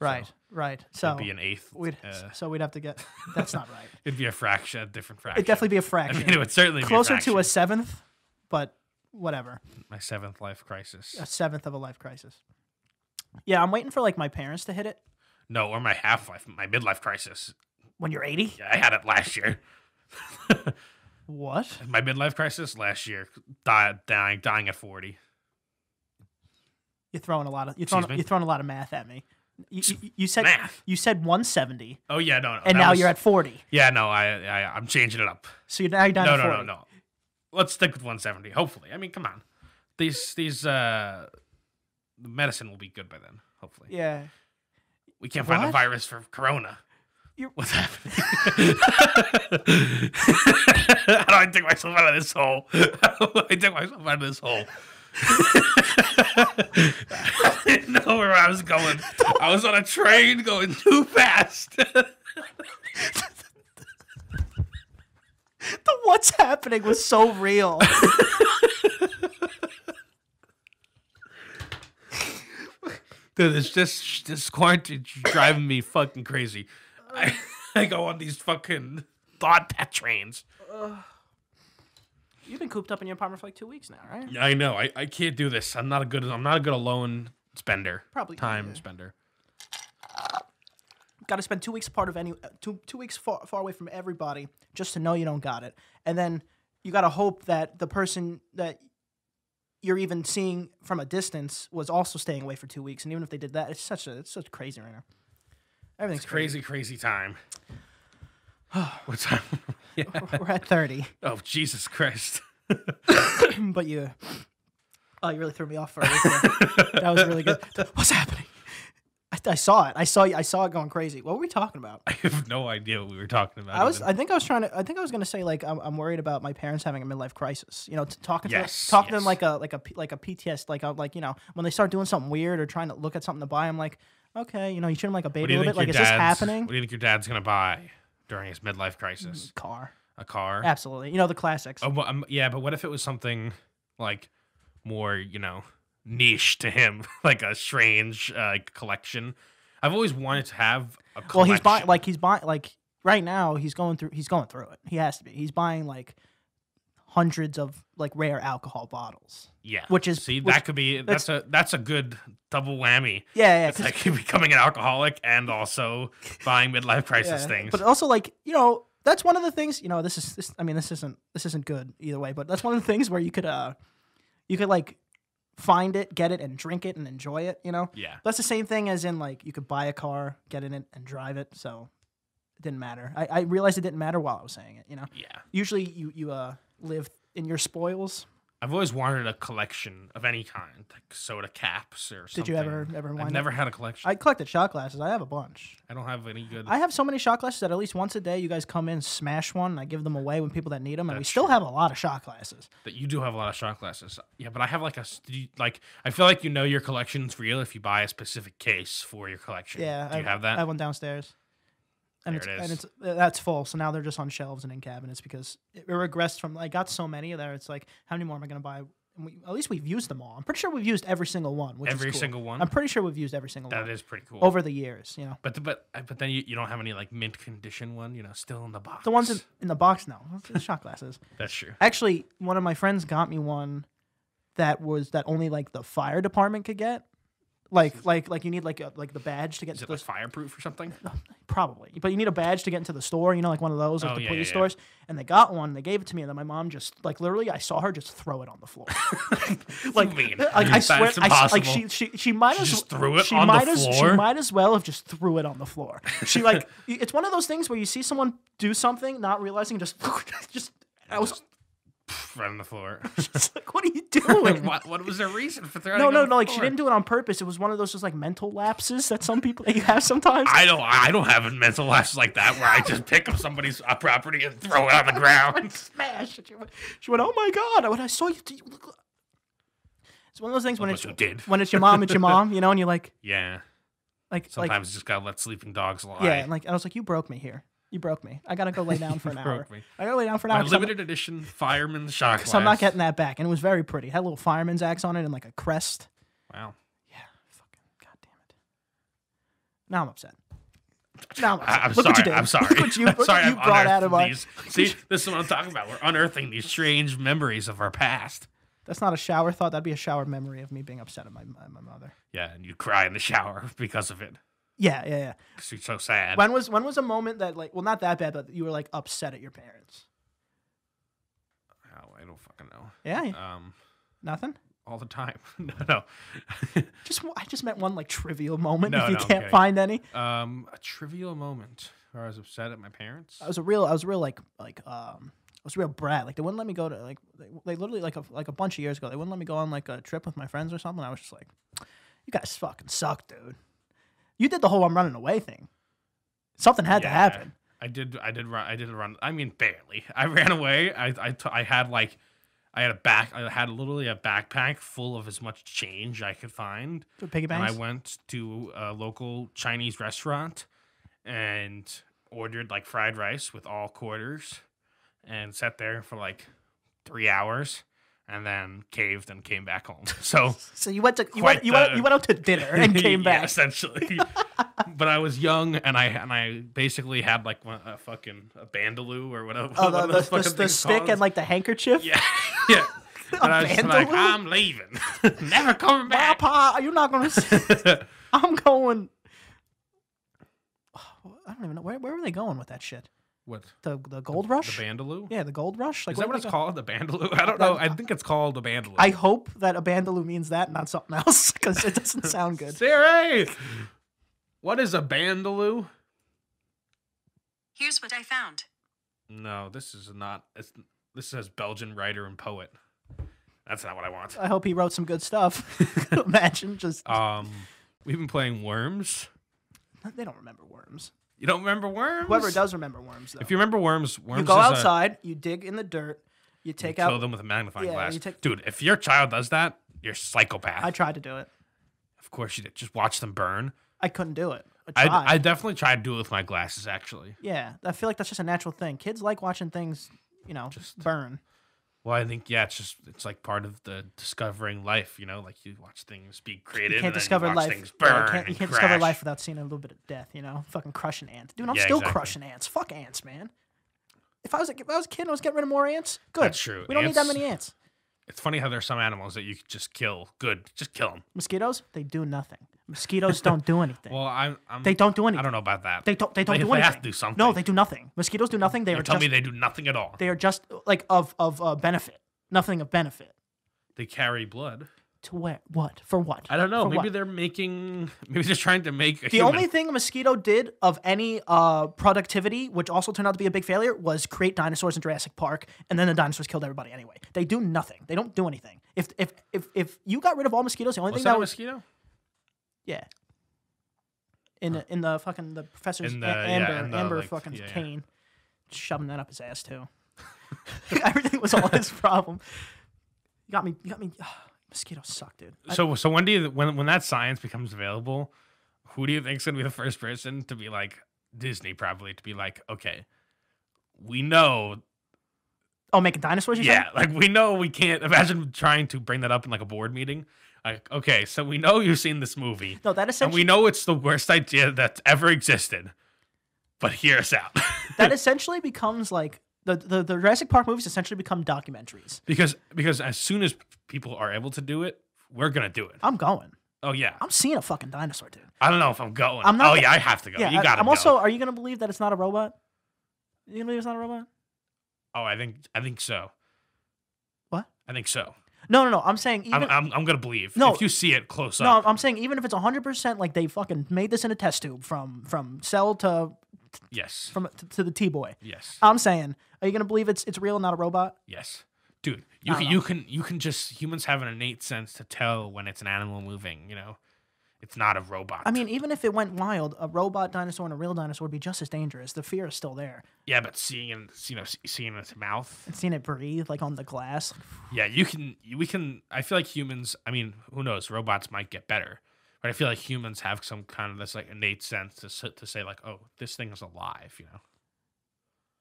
Speaker 2: Right, right. So
Speaker 1: it'd be an eighth.
Speaker 2: we'd
Speaker 1: uh,
Speaker 2: so we'd have to get. That's not right.
Speaker 1: it'd be a fraction, a different fraction.
Speaker 2: It'd definitely be a
Speaker 1: I
Speaker 2: fraction.
Speaker 1: mean, it would certainly
Speaker 2: Closer
Speaker 1: be
Speaker 2: to a seventh, but whatever.
Speaker 1: to my seventh life crisis.
Speaker 2: A seventh of a life crisis. Yeah, I'm waiting for like my parents to hit it
Speaker 1: No, or my half life, my midlife crisis.
Speaker 2: when you're 80.
Speaker 1: Yeah, I had it last year.
Speaker 2: What?
Speaker 1: my midlife crisis last year. Di- dying, dying at 40.
Speaker 2: You're throwing a lot of you're
Speaker 1: Excuse
Speaker 2: throwing
Speaker 1: me?
Speaker 2: you're throwing a lot of math at me. You, you, you said
Speaker 1: Math.
Speaker 2: you said 170,
Speaker 1: Oh yeah, no, no.
Speaker 2: and
Speaker 1: that
Speaker 2: now
Speaker 1: was-
Speaker 2: you're at 40.
Speaker 1: Yeah, no, I, I, I'm changing it up.
Speaker 2: So you're now you're down
Speaker 1: no,
Speaker 2: to
Speaker 1: no,
Speaker 2: 40.
Speaker 1: no, no. Let's stick with 170. Hopefully, I mean, come on. These, these, uh, the medicine will be good by then. Hopefully.
Speaker 2: Yeah.
Speaker 1: We can't find a
Speaker 2: What?
Speaker 1: virus for corona.
Speaker 2: You're-
Speaker 1: What's happening? How do I dig myself out of this hole? How do I dig myself out of this hole? I didn't know where I was going. I was on a train going too fast.
Speaker 2: The what's happening was so real.
Speaker 1: Dude, it's just this quarantine is driving me fucking crazy. I, I go on these fucking thought pat trains.
Speaker 2: You've been cooped up in your apartment for like two weeks now, right?
Speaker 1: I know. I, I can't do this. I'm not a good. I'm not a good alone spender.
Speaker 2: Probably
Speaker 1: time
Speaker 2: either.
Speaker 1: spender.
Speaker 2: got to spend two weeks apart of any uh, two two weeks far, far away from everybody just to know you don't got it, and then you got to hope that the person that you're even seeing from a distance was also staying away for two weeks, and even if they did that, it's such a it's such crazy right now. Everything's
Speaker 1: It's crazy, crazy time. what time? yeah.
Speaker 2: crazy. We're at thirty.
Speaker 1: Oh, Jesus Christ.
Speaker 2: but you, oh, you really threw me off for a week there. That was really good. What's happening? I, I saw it. I saw. I saw it going crazy. What were we talking about?
Speaker 1: I have no idea what we were talking about.
Speaker 2: I was.
Speaker 1: even.
Speaker 2: I think I was trying to. I think I was going to say like I'm, I'm worried about my parents having a midlife crisis. You know, t- talking
Speaker 1: Yes,
Speaker 2: to talking to them
Speaker 1: yes.
Speaker 2: like a like a P- like a PTS like a, like you know when they start doing something weird or trying to look at something to buy. I'm like, okay, you know, you treat them like a
Speaker 1: What do
Speaker 2: baby a
Speaker 1: you
Speaker 2: little
Speaker 1: think
Speaker 2: bit. Like,
Speaker 1: your
Speaker 2: is this
Speaker 1: dad's-
Speaker 2: happening?
Speaker 1: What do you think your dad's gonna buy during his midlife crisis?
Speaker 2: Car,
Speaker 1: A car?
Speaker 2: absolutely. You know the classics.
Speaker 1: Oh, well, um, yeah, but what if it was something like more, you know, niche to him, like a strange uh, collection? I've always wanted to have a collection.
Speaker 2: well, he's buying like he's buying like right now he's going through he's going through it. He has to be. He's buying like hundreds of like rare alcohol bottles.
Speaker 1: yeah,
Speaker 2: which is-
Speaker 1: see
Speaker 2: which-
Speaker 1: that could be that's, a that's a good double whammy.
Speaker 2: Yeah, yeah.
Speaker 1: It's like becoming an alcoholic and also buying midlife crisis
Speaker 2: Yeah,
Speaker 1: things.
Speaker 2: But uh, also like, you know, that's one of the things, you know, this is this I mean, this isn't this isn't good either way, but that's one of the things where you could uh you could like find it, get it and drink it and enjoy it, you know?
Speaker 1: yeah,
Speaker 2: That's the same thing as in like you could buy a car, get in it and drive it, so it didn't matter. I, I realized it didn't matter while I was saying it, you know.
Speaker 1: yeah.
Speaker 2: Usually you you uh live in your spoils.
Speaker 1: I've always wanted a collection of any kind, like soda caps or something.
Speaker 2: Did you ever ever wind
Speaker 1: I've
Speaker 2: up-
Speaker 1: never had a collection.
Speaker 2: I collected shot glasses. I have a bunch.
Speaker 1: I don't have any good.
Speaker 2: I have so many shot glasses that at least once a day you guys come in, smash one, and I give them away when people that need them, and we
Speaker 1: That's
Speaker 2: still have a lot of shot glasses.
Speaker 1: That you do have a lot of shot glasses. Yeah, but I have like a s- do you- like. I feel like you know your collection's real if you buy a specific case for your collection.
Speaker 2: Yeah,
Speaker 1: do you
Speaker 2: I,
Speaker 1: have that?
Speaker 2: I have one downstairs, and
Speaker 1: There
Speaker 2: it's
Speaker 1: it
Speaker 2: and
Speaker 1: is.
Speaker 2: it's uh, that's full. So now they're just on shelves and in cabinets because it, it regressed from. I got so many there. It's like how many more am I going to buy? And we, at least we've used them all. I'm pretty sure we've used every single one. Which is
Speaker 1: Every
Speaker 2: cool.
Speaker 1: single one?
Speaker 2: I'm pretty sure we've used every single
Speaker 1: that
Speaker 2: one
Speaker 1: is pretty cool.
Speaker 2: over the years. You know,
Speaker 1: but the, but uh, but then you, you don't have any like mint condition one. You know, still in the box.
Speaker 2: the ones in, in the box now. It's shot glasses.
Speaker 1: that's true.
Speaker 2: Actually, one of my friends got me one that was that only like the fire department could get. Like like like you need like a, like the badge to get
Speaker 1: Is
Speaker 2: into
Speaker 1: it
Speaker 2: the
Speaker 1: like fireproof or something?
Speaker 2: probably, but you need a badge to get into the store. You know, like one of those like
Speaker 1: Oh,
Speaker 2: the
Speaker 1: yeah,
Speaker 2: police
Speaker 1: yeah, yeah.
Speaker 2: stores. And they got one. They gave it to me, and then my mom just like literally, I saw her just throw it on the floor. like,
Speaker 1: mean?
Speaker 2: like I
Speaker 1: That's
Speaker 2: swear, I s- like
Speaker 1: impossible.
Speaker 2: she she she might as
Speaker 1: just
Speaker 2: well-
Speaker 1: threw it
Speaker 2: she
Speaker 1: on the
Speaker 2: might as,
Speaker 1: floor?
Speaker 2: She might as well have just threw it on the floor. She like y- it's one of those things where you see someone do something, not realizing, just just. I was
Speaker 1: Right on the floor.
Speaker 2: just like, what are you
Speaker 1: Like,
Speaker 2: doing?
Speaker 1: what, what was the reason for throwing? it
Speaker 2: no,
Speaker 1: on
Speaker 2: no,
Speaker 1: the
Speaker 2: no. Like she
Speaker 1: floor?
Speaker 2: didn't do it on purpose. It was one of those just like mental lapses that some people that you have sometimes.
Speaker 1: I don't. I don't have a mental lapse like that where I just pick up somebody's uh, property and throw it on the
Speaker 2: Like,
Speaker 1: ground.
Speaker 2: smash. And She went, she went, oh my god! When I saw you, do you look. It's one of those things when
Speaker 1: That's
Speaker 2: it's
Speaker 1: what you did.
Speaker 2: when it's your mom, it's your mom, you know, and you're like,
Speaker 1: Yeah.
Speaker 2: like,
Speaker 1: Sometimes you just gotta let sleeping dogs lie.
Speaker 2: like, yeah, and like I was like, you broke me here. You broke me. I gotta go lay down for an hour.
Speaker 1: broke me.
Speaker 2: I gotta lay down for an
Speaker 1: My
Speaker 2: hour. 'cause I'm-
Speaker 1: limited edition fireman shock.
Speaker 2: So I'm not getting that back, and it was very pretty. Had a little fireman's axe on it and like a crest.
Speaker 1: Wow.
Speaker 2: Yeah, fucking goddamn it. Now I'm upset. Now I'm upset.
Speaker 1: I- I'm
Speaker 2: look
Speaker 1: sorry.
Speaker 2: what you did.
Speaker 1: I'm sorry.
Speaker 2: Look what you,
Speaker 1: I'm
Speaker 2: look what
Speaker 1: sorry.
Speaker 2: you
Speaker 1: I've
Speaker 2: brought out
Speaker 1: unearthed
Speaker 2: of my.
Speaker 1: these. See, this is what I'm talking about. We're unearthing these strange memories of our past.
Speaker 2: That's not a shower thought. That'd be a shower memory of me being upset at my my, my mother.
Speaker 1: Yeah, and you cry in the shower because of it.
Speaker 2: Yeah, yeah, yeah.
Speaker 1: 'Cause you're so sad.
Speaker 2: When was when was a moment that like well not that bad but you were like upset at your parents?
Speaker 1: Oh, I don't fucking know.
Speaker 2: Yeah,
Speaker 1: Um,
Speaker 2: nothing.
Speaker 1: all the time. no, no.
Speaker 2: Just I just meant one like trivial moment.
Speaker 1: No,
Speaker 2: if you
Speaker 1: no,
Speaker 2: can't
Speaker 1: okay.
Speaker 2: find any,
Speaker 1: Um, a trivial moment where I was upset at my parents.
Speaker 2: I was a real I was a real like like um I was a real brat. Like they wouldn't let me go to like they, they literally like a, like a bunch of years ago they wouldn't let me go on like a trip with my friends or something. I was just like, you guys fucking suck, dude. You did the whole I'm running away thing. Something had to
Speaker 1: Yeah.
Speaker 2: happen.
Speaker 1: I did. I did run. I did run. I mean, barely. I ran away. I I t- I had like, I had a back. I had literally a backpack full of as much change I could find,
Speaker 2: So piggy
Speaker 1: and I
Speaker 2: banks.
Speaker 1: went to a local Chinese restaurant, and ordered like fried rice with all quarters, and sat there for like three hours, and then caved and came back home. So.
Speaker 2: so you went to you
Speaker 1: quite
Speaker 2: went, you, went,
Speaker 1: the-
Speaker 2: you went out to dinner and came
Speaker 1: Yeah,
Speaker 2: back.
Speaker 1: essentially. but I was young, and I and I basically had like one, a fucking a bandaloo or whatever.
Speaker 2: Oh,
Speaker 1: one
Speaker 2: the,
Speaker 1: of
Speaker 2: the,
Speaker 1: those
Speaker 2: the,
Speaker 1: fucking
Speaker 2: the,
Speaker 1: things
Speaker 2: stick
Speaker 1: called.
Speaker 2: and like the handkerchief.
Speaker 1: yeah, yeah. And I was just like,
Speaker 2: bandaloo?
Speaker 1: I'm leaving, never coming
Speaker 2: Bye,
Speaker 1: back.
Speaker 2: Pa. You're not gonna. See- I'm going. I don't even know where, where were they going with that shit.
Speaker 1: What?
Speaker 2: The the gold
Speaker 1: The
Speaker 2: rush.
Speaker 1: Bandaloo?
Speaker 2: yeah, the gold rush. Like
Speaker 1: Is that
Speaker 2: where
Speaker 1: what
Speaker 2: were
Speaker 1: it's
Speaker 2: they go-
Speaker 1: called? The Bandaloo? I don't know. I think it's called the Bandaloo.
Speaker 2: I hope that a bandaloo means that, not something else, because it doesn't sound good.
Speaker 1: Sarah! What is a Bandaloo?
Speaker 3: Here's what I found.
Speaker 1: No, this is not. It's, this says Belgian writer and poet. That's not what I want.
Speaker 2: I hope he wrote some good stuff. Imagine just
Speaker 1: Um, we've been playing Worms.
Speaker 2: they don't remember worms.
Speaker 1: You don't remember Worms?
Speaker 2: Whoever does remember worms, though,
Speaker 1: If you remember Worms, Worms
Speaker 2: you go
Speaker 1: is a-
Speaker 2: outside, you dig in the dirt, you take
Speaker 1: kill
Speaker 2: out.
Speaker 1: them with a magnifying
Speaker 2: Yeah,
Speaker 1: glass.
Speaker 2: you take-
Speaker 1: Dude, if your child does that, you're a psychopath.
Speaker 2: I tried to do it.
Speaker 1: of course you did. Just watch them burn.
Speaker 2: I couldn't do it. I
Speaker 1: I,
Speaker 2: tried.
Speaker 1: I definitely tried to do it with my glasses, actually.
Speaker 2: yeah, I feel like that's just a natural thing. Kids like watching things, you know,
Speaker 1: Just-
Speaker 2: burn.
Speaker 1: Well, I think yeah, it's just it's like part of the discovering life, you know. Like you watch things be created,
Speaker 2: You can't
Speaker 1: and then
Speaker 2: discover
Speaker 1: you watch
Speaker 2: life.
Speaker 1: things burn.
Speaker 2: yeah, you can't, you
Speaker 1: and
Speaker 2: can't discover
Speaker 1: crash.
Speaker 2: life without seeing a little bit of death. You know, fucking crushing ants, dude. I'm
Speaker 1: Yeah,
Speaker 2: still
Speaker 1: exactly.
Speaker 2: crushing ants. Fuck ants, man. If I was a, if I was a kid, and I was getting rid of more ants. Good.
Speaker 1: That's true.
Speaker 2: We don't need that
Speaker 1: Ants-
Speaker 2: many ants.
Speaker 1: It's funny how there's some animals that you could just kill. Good, just kill them.
Speaker 2: Mosquitoes, they do nothing. Mosquitoes don't do anything.
Speaker 1: Well, I'm, I'm
Speaker 2: they don't do anything.
Speaker 1: I don't know about that.
Speaker 2: They don't. They don't
Speaker 1: They-
Speaker 2: do
Speaker 1: they
Speaker 2: anything.
Speaker 1: have to do something.
Speaker 2: No, they do nothing. Mosquitoes do nothing. They
Speaker 1: You're
Speaker 2: are
Speaker 1: telling
Speaker 2: just.
Speaker 1: me they do nothing at all. They,
Speaker 2: they are just like of of uh, benefit. Nothing of benefit.
Speaker 1: carry blood.
Speaker 2: To where? What? For what?
Speaker 1: I don't know.
Speaker 2: For
Speaker 1: maybe
Speaker 2: what?
Speaker 1: they're making. Maybe they're trying to make a
Speaker 2: The
Speaker 1: human.
Speaker 2: only thing a mosquito did of any uh, productivity, which also turned out to be a big failure, was create dinosaurs in Jurassic Park, and then the dinosaurs killed everybody anyway. They do nothing. They don't do anything. If if if, if you got rid of all mosquitoes, the only
Speaker 1: was
Speaker 2: thing
Speaker 1: that
Speaker 2: that
Speaker 1: a
Speaker 2: was
Speaker 1: mosquito?
Speaker 2: yeah. In the in the fucking the professor's
Speaker 1: In the-
Speaker 2: a-
Speaker 1: yeah,
Speaker 2: amber
Speaker 1: in the,
Speaker 2: amber
Speaker 1: like,
Speaker 2: fucking
Speaker 1: yeah, yeah.
Speaker 2: cane, shoving that up his ass too. Everything was all his problem. You got me. You got me. mosquitoes suck, dude. I-
Speaker 1: So so when do you when when that science becomes available, who do you think's gonna be the first person to be like Disney probably to be like, okay, we know
Speaker 2: oh, making dinosaurs. you
Speaker 1: yeah,
Speaker 2: said?
Speaker 1: like we know we can't imagine trying to bring that up in like a board meeting. Like, okay, so we know you've seen this movie.
Speaker 2: No, that
Speaker 1: And
Speaker 2: essentially
Speaker 1: we know it's the worst idea that's ever existed. But hear us out.
Speaker 2: that essentially becomes like the, the the Jurassic Park movies essentially become documentaries.
Speaker 1: because because as soon as people are able to do it, we're gonna do it.
Speaker 2: I'm going.
Speaker 1: Oh yeah.
Speaker 2: I'm seeing a fucking dinosaur, dude.
Speaker 1: I don't know if I'm going.
Speaker 2: I'm not
Speaker 1: oh
Speaker 2: go-
Speaker 1: yeah, I have to go.
Speaker 2: yeah,
Speaker 1: you gotta
Speaker 2: I, am
Speaker 1: go.
Speaker 2: also. Are you gonna believe that it's not a robot? You gonna believe it's not a robot?
Speaker 1: Oh, I think I think so.
Speaker 2: What?
Speaker 1: I think so.
Speaker 2: No, no, no. I'm saying even.
Speaker 1: I'm, I'm, I'm gonna believe.
Speaker 2: No.
Speaker 1: if you see it close
Speaker 2: no,
Speaker 1: up,
Speaker 2: I'm saying even if it's 100 percent like they fucking made this in a test tube from from cell to
Speaker 1: yes,
Speaker 2: from Uh, to, to the T boy.
Speaker 1: yes,
Speaker 2: I'm saying, are you gonna believe it's it's real and not a robot?
Speaker 1: yes, dude. You
Speaker 2: I
Speaker 1: can,
Speaker 2: don't
Speaker 1: you can you can just humans have an innate sense to tell when it's an animal moving. You know, it's not a robot.
Speaker 2: I mean, even if it went wild, a robot dinosaur and a real dinosaur would be just as dangerous. The fear is still there.
Speaker 1: yeah, but seeing and you know see- seeing its mouth.
Speaker 2: And seeing it breathe like on the glass,
Speaker 1: Yeah, you can we can. I feel like humans. I mean, who knows? Robots might get better. But I feel like humans have some kind of this like innate sense to s- to say like, oh, this thing is alive. You know,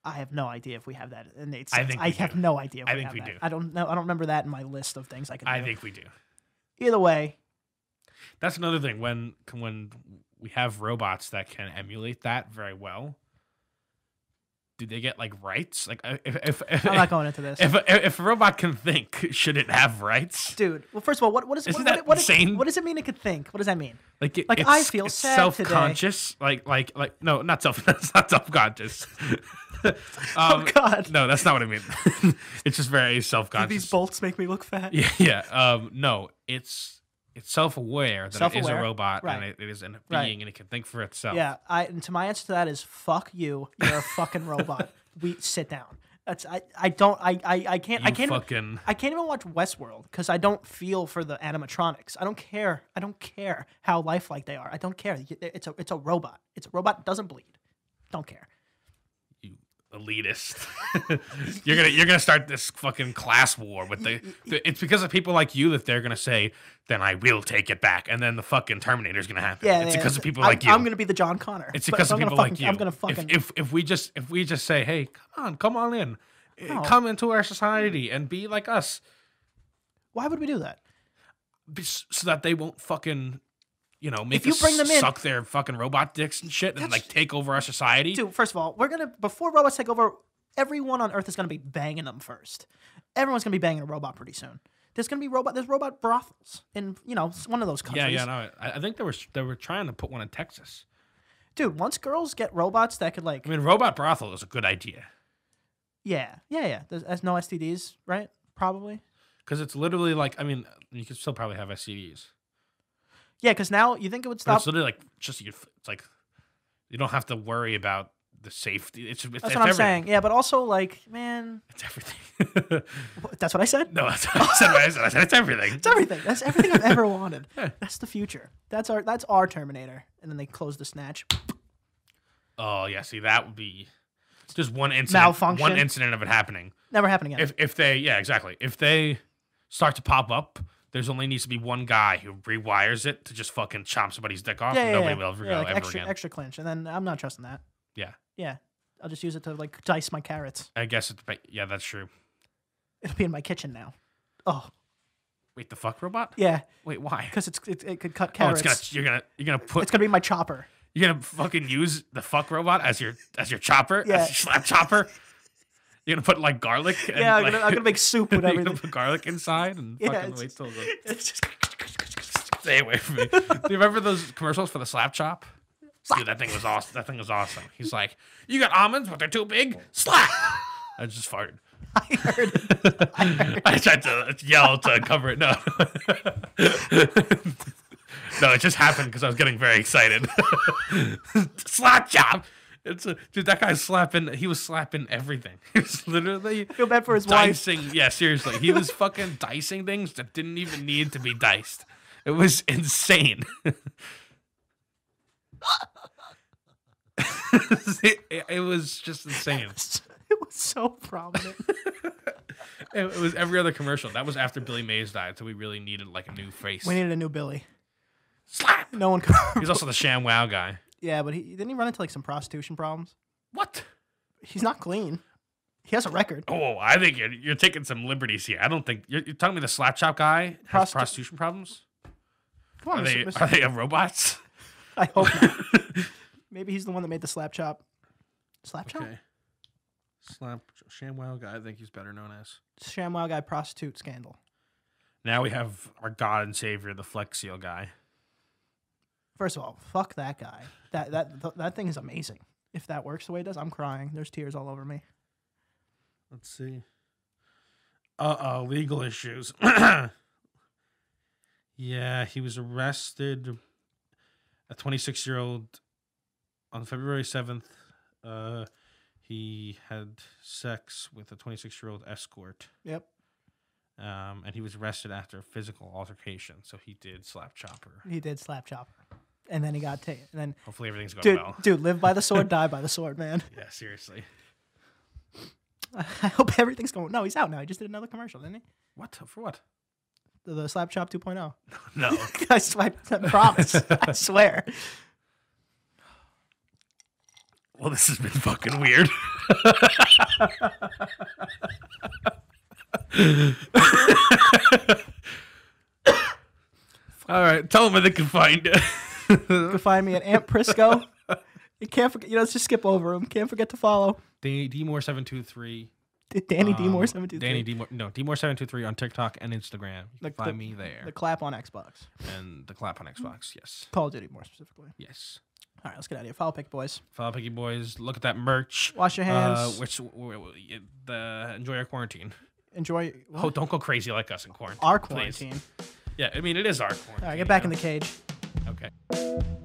Speaker 2: I have no idea if we have that innate
Speaker 1: I
Speaker 2: sense. I,
Speaker 1: think we
Speaker 2: have
Speaker 1: do.
Speaker 2: no idea. If
Speaker 1: I
Speaker 2: we
Speaker 1: think
Speaker 2: have
Speaker 1: we
Speaker 2: that.
Speaker 1: do.
Speaker 2: I don't know. I don't remember that in my list of things I can.
Speaker 1: I
Speaker 2: do.
Speaker 1: think we do.
Speaker 2: either way,
Speaker 1: That's another thing when when we have robots that can emulate that very well. Do they get like rights? Like uh, if if if,
Speaker 2: I'm not going into this,
Speaker 1: if, if, a robot can think, should it have rights?
Speaker 2: dude. Well, first of all, what what is
Speaker 1: Isn't
Speaker 2: what,
Speaker 1: that
Speaker 2: what, what,
Speaker 1: insane?
Speaker 2: what does it mean it could think? What does that mean?
Speaker 1: Like, it,
Speaker 2: Like,
Speaker 1: it's,
Speaker 2: I feel
Speaker 1: it's
Speaker 2: sad today.
Speaker 1: self-conscious. Like like like no, not self. That's not self-conscious. um,
Speaker 2: oh God,
Speaker 1: no, that's not what I mean. it's just very
Speaker 2: Do these
Speaker 1: self-conscious.
Speaker 2: bolts make me look fat.
Speaker 1: yeah, yeah. Um, no, it's it's self-aware that it is a
Speaker 2: Self-aware,
Speaker 1: robot and
Speaker 2: right.
Speaker 1: it, it is a being
Speaker 2: Right.
Speaker 1: and it can think for itself.
Speaker 2: Yeah, I and to my answer to that is fuck you. You're a fucking robot. We sit down. That's I. I don't. I. I. I can't. I
Speaker 1: You
Speaker 2: can't. even-
Speaker 1: fucking-
Speaker 2: I can't even watch Westworld because I don't feel for the animatronics. I don't care. I don't care how lifelike they are. I don't care. You- It's a. It's a robot. It's a robot. that Doesn't bleed. Don't care.
Speaker 1: you elitist. you're gonna you're gonna start this fucking class war with the, the- It's because of people like you that they're gonna say, "Then I will take it back," and then the fucking Terminator's gonna happen.
Speaker 2: Yeah.
Speaker 1: it's
Speaker 2: yeah,
Speaker 1: because of people
Speaker 2: I'm,
Speaker 1: like you.
Speaker 2: I'm gonna be the John Connor.
Speaker 1: it's
Speaker 2: But
Speaker 1: because
Speaker 2: I'm
Speaker 1: of
Speaker 2: gonna
Speaker 1: people
Speaker 2: fucking,
Speaker 1: like you.
Speaker 2: I'm gonna
Speaker 1: If-
Speaker 2: fucking.
Speaker 1: If, if we just if we just say, "Hey, come on, come on in." eh,
Speaker 2: No.
Speaker 1: Come into our society and be like us,
Speaker 2: why would we do that?
Speaker 1: be- so that they won't fucking, you know, make
Speaker 2: you
Speaker 1: us
Speaker 2: bring them in-
Speaker 1: suck their fucking robot dicks and shit, and
Speaker 2: That's-
Speaker 1: like take over our society.
Speaker 2: Dude, first of all, we're gonna before robots take over, everyone on Earth is gonna be banging them first. Everyone's gonna be banging a robot pretty soon. There's gonna be robot. There's robot brothels in you know s- one of those countries.
Speaker 1: yeah, yeah, no, I, I think they were they were trying to put one in Texas.
Speaker 2: dude, once girls get robots that could like,
Speaker 1: I mean, robot brothel is a good idea
Speaker 2: yeah, yeah, yeah. There's, there's no STDs, right? Probably.
Speaker 1: because it's literally like I mean, you could still probably have STDs.
Speaker 2: Yeah, because now you think it would
Speaker 1: But
Speaker 2: stop.
Speaker 1: it's literally like just you. It's like you don't have to worry about the safety. It's, it's
Speaker 2: That's
Speaker 1: it's
Speaker 2: what I'm
Speaker 1: everything.
Speaker 2: saying. Yeah, but also like, man,
Speaker 1: It's everything.
Speaker 2: wh- that's what I said.
Speaker 1: no, that's what I said. what I said. I said it's everything.
Speaker 2: It's everything. That's everything I've ever wanted.
Speaker 1: Yeah.
Speaker 2: That's the future. That's our that's our Terminator. And then they close the snatch.
Speaker 1: Oh yeah, see that would be just one incident.
Speaker 2: Malfunction.
Speaker 1: One incident of it happening.
Speaker 2: Never happen again.
Speaker 1: If if they yeah exactly if they start to pop up, there's only needs to be one guy who rewires it to just fucking chomp somebody's dick off.
Speaker 2: yeah,
Speaker 1: and
Speaker 2: yeah,
Speaker 1: nobody
Speaker 2: yeah.
Speaker 1: will ever
Speaker 2: Yeah,
Speaker 1: go
Speaker 2: like
Speaker 1: ever
Speaker 2: extra,
Speaker 1: again.
Speaker 2: extra clinch, and then I'm not trusting that.
Speaker 1: Yeah.
Speaker 2: Yeah, I'll just use it to like dice my carrots.
Speaker 1: I guess it, but yeah that's true.
Speaker 2: It'll be in my kitchen now. Oh
Speaker 1: Wait the fuck robot?
Speaker 2: yeah,
Speaker 1: Wait why?
Speaker 2: because it's it, it could cut
Speaker 1: Oh,
Speaker 2: carrots.
Speaker 1: it's gonna you're gonna you're gonna put
Speaker 2: It's gonna be my chopper.
Speaker 1: You're gonna fucking use the fuck robot as your as your chopper,
Speaker 2: Yeah.
Speaker 1: as your slap chopper. You're gonna put like garlic. And,
Speaker 2: yeah, I'm
Speaker 1: like,
Speaker 2: gonna, I'm gonna make soup with
Speaker 1: you're gonna
Speaker 2: everything.
Speaker 1: put garlic inside and
Speaker 2: Yeah,
Speaker 1: fucking
Speaker 2: it's-
Speaker 1: wait till the,
Speaker 2: It's just-
Speaker 1: stay away from me. Do you remember those commercials for the slap chop? Dude, that thing was awesome. That thing was awesome. He's like, you got almonds, but they're too big. Slap! I just farted.
Speaker 2: I heard it.
Speaker 1: I tried to uh, yell to cover it. No. no, it just happened because I was getting very excited. Slap job. It's a, dude, that guy's slapping. He was slapping everything. He was literally
Speaker 2: feel bad for his wife.
Speaker 1: dicing. Yeah, seriously. He was fucking dicing things that didn't even need to be diced. It was insane. it, it- it was just insane.
Speaker 2: It was so prominent.
Speaker 1: It, it was every other commercial. That was after Billy Mays died, so we really needed like a new face.
Speaker 2: we needed a new Billy.
Speaker 1: Slap.
Speaker 2: No one.
Speaker 1: He's also the Sham Wow guy.
Speaker 2: yeah, but he didn't he run into like some prostitution problems.
Speaker 1: What?
Speaker 2: He's not clean. He has a record.
Speaker 1: Oh, I think you're, you're taking some liberties here. I don't think you're, you're telling me the slap chop guy has
Speaker 2: Prostitu-
Speaker 1: prostitution problems.
Speaker 2: Come
Speaker 1: Are
Speaker 2: on,
Speaker 1: they
Speaker 2: Mr. Mr.
Speaker 1: are they robots?
Speaker 2: I hope not. Maybe he's the one that made the slap chop. Slap chop?
Speaker 1: Okay. Slap ShamWow guy. I think he's better known as.
Speaker 2: ShamWow guy prostitute scandal.
Speaker 1: Now we have our God and Savior, the Flex Seal guy.
Speaker 2: First of all, fuck that guy. That that th- that thing is amazing. If that works the way it does, I'm crying. There's tears all over me.
Speaker 1: Let's see. Uh oh, legal issues. yeah, he was arrested. A 26 year old on February 7th. Uh, he had sex with a 26 year old escort.
Speaker 2: Yep.
Speaker 1: Um, and he was arrested after a physical altercation. So he did slap Chopper.
Speaker 2: He did slap chopper. And then he got taken. And then
Speaker 1: Hopefully everything's going
Speaker 2: dude,
Speaker 1: Oh, well.
Speaker 2: dude, live by the sword, die by the sword, man.
Speaker 1: Yeah, seriously.
Speaker 2: I hope everything's going. No, he's out now. He just did another commercial, didn't he?
Speaker 1: What? For what?
Speaker 2: The, the slap chop 2.0.
Speaker 1: No.
Speaker 2: I, s- I promise. I swear.
Speaker 1: well, this has been fucking weird. All right, tell them where they can find
Speaker 2: You can find me at Amp Prisco. You can't forget. You know, let's just skip over him. Can't forget to follow
Speaker 1: Danny Dmore seven two three.
Speaker 2: D- Danny D Moore seventy three.
Speaker 1: Um, Danny Dmore. No, Dmore seven two three on TikTok and Instagram. You can
Speaker 2: Like
Speaker 1: find
Speaker 2: the-
Speaker 1: me there
Speaker 2: The clap on Xbox.
Speaker 1: and the clap on Xbox. Yes,
Speaker 2: Call of Duty more specifically.
Speaker 1: yes.
Speaker 2: All right, let's get out of here. Foul pick, boys.
Speaker 1: Follow Piggy Boys. Look at that merch.
Speaker 2: Wash your hands.
Speaker 1: Uh, which w- w- y- the enjoy our quarantine.
Speaker 2: Enjoy what?
Speaker 1: Oh, don't go crazy like us in quarantine.
Speaker 2: our
Speaker 1: please.
Speaker 2: quarantine.
Speaker 1: Yeah, I mean it is our quarantine.
Speaker 2: All right, get back in
Speaker 1: you
Speaker 2: the cage.
Speaker 1: know? Okay.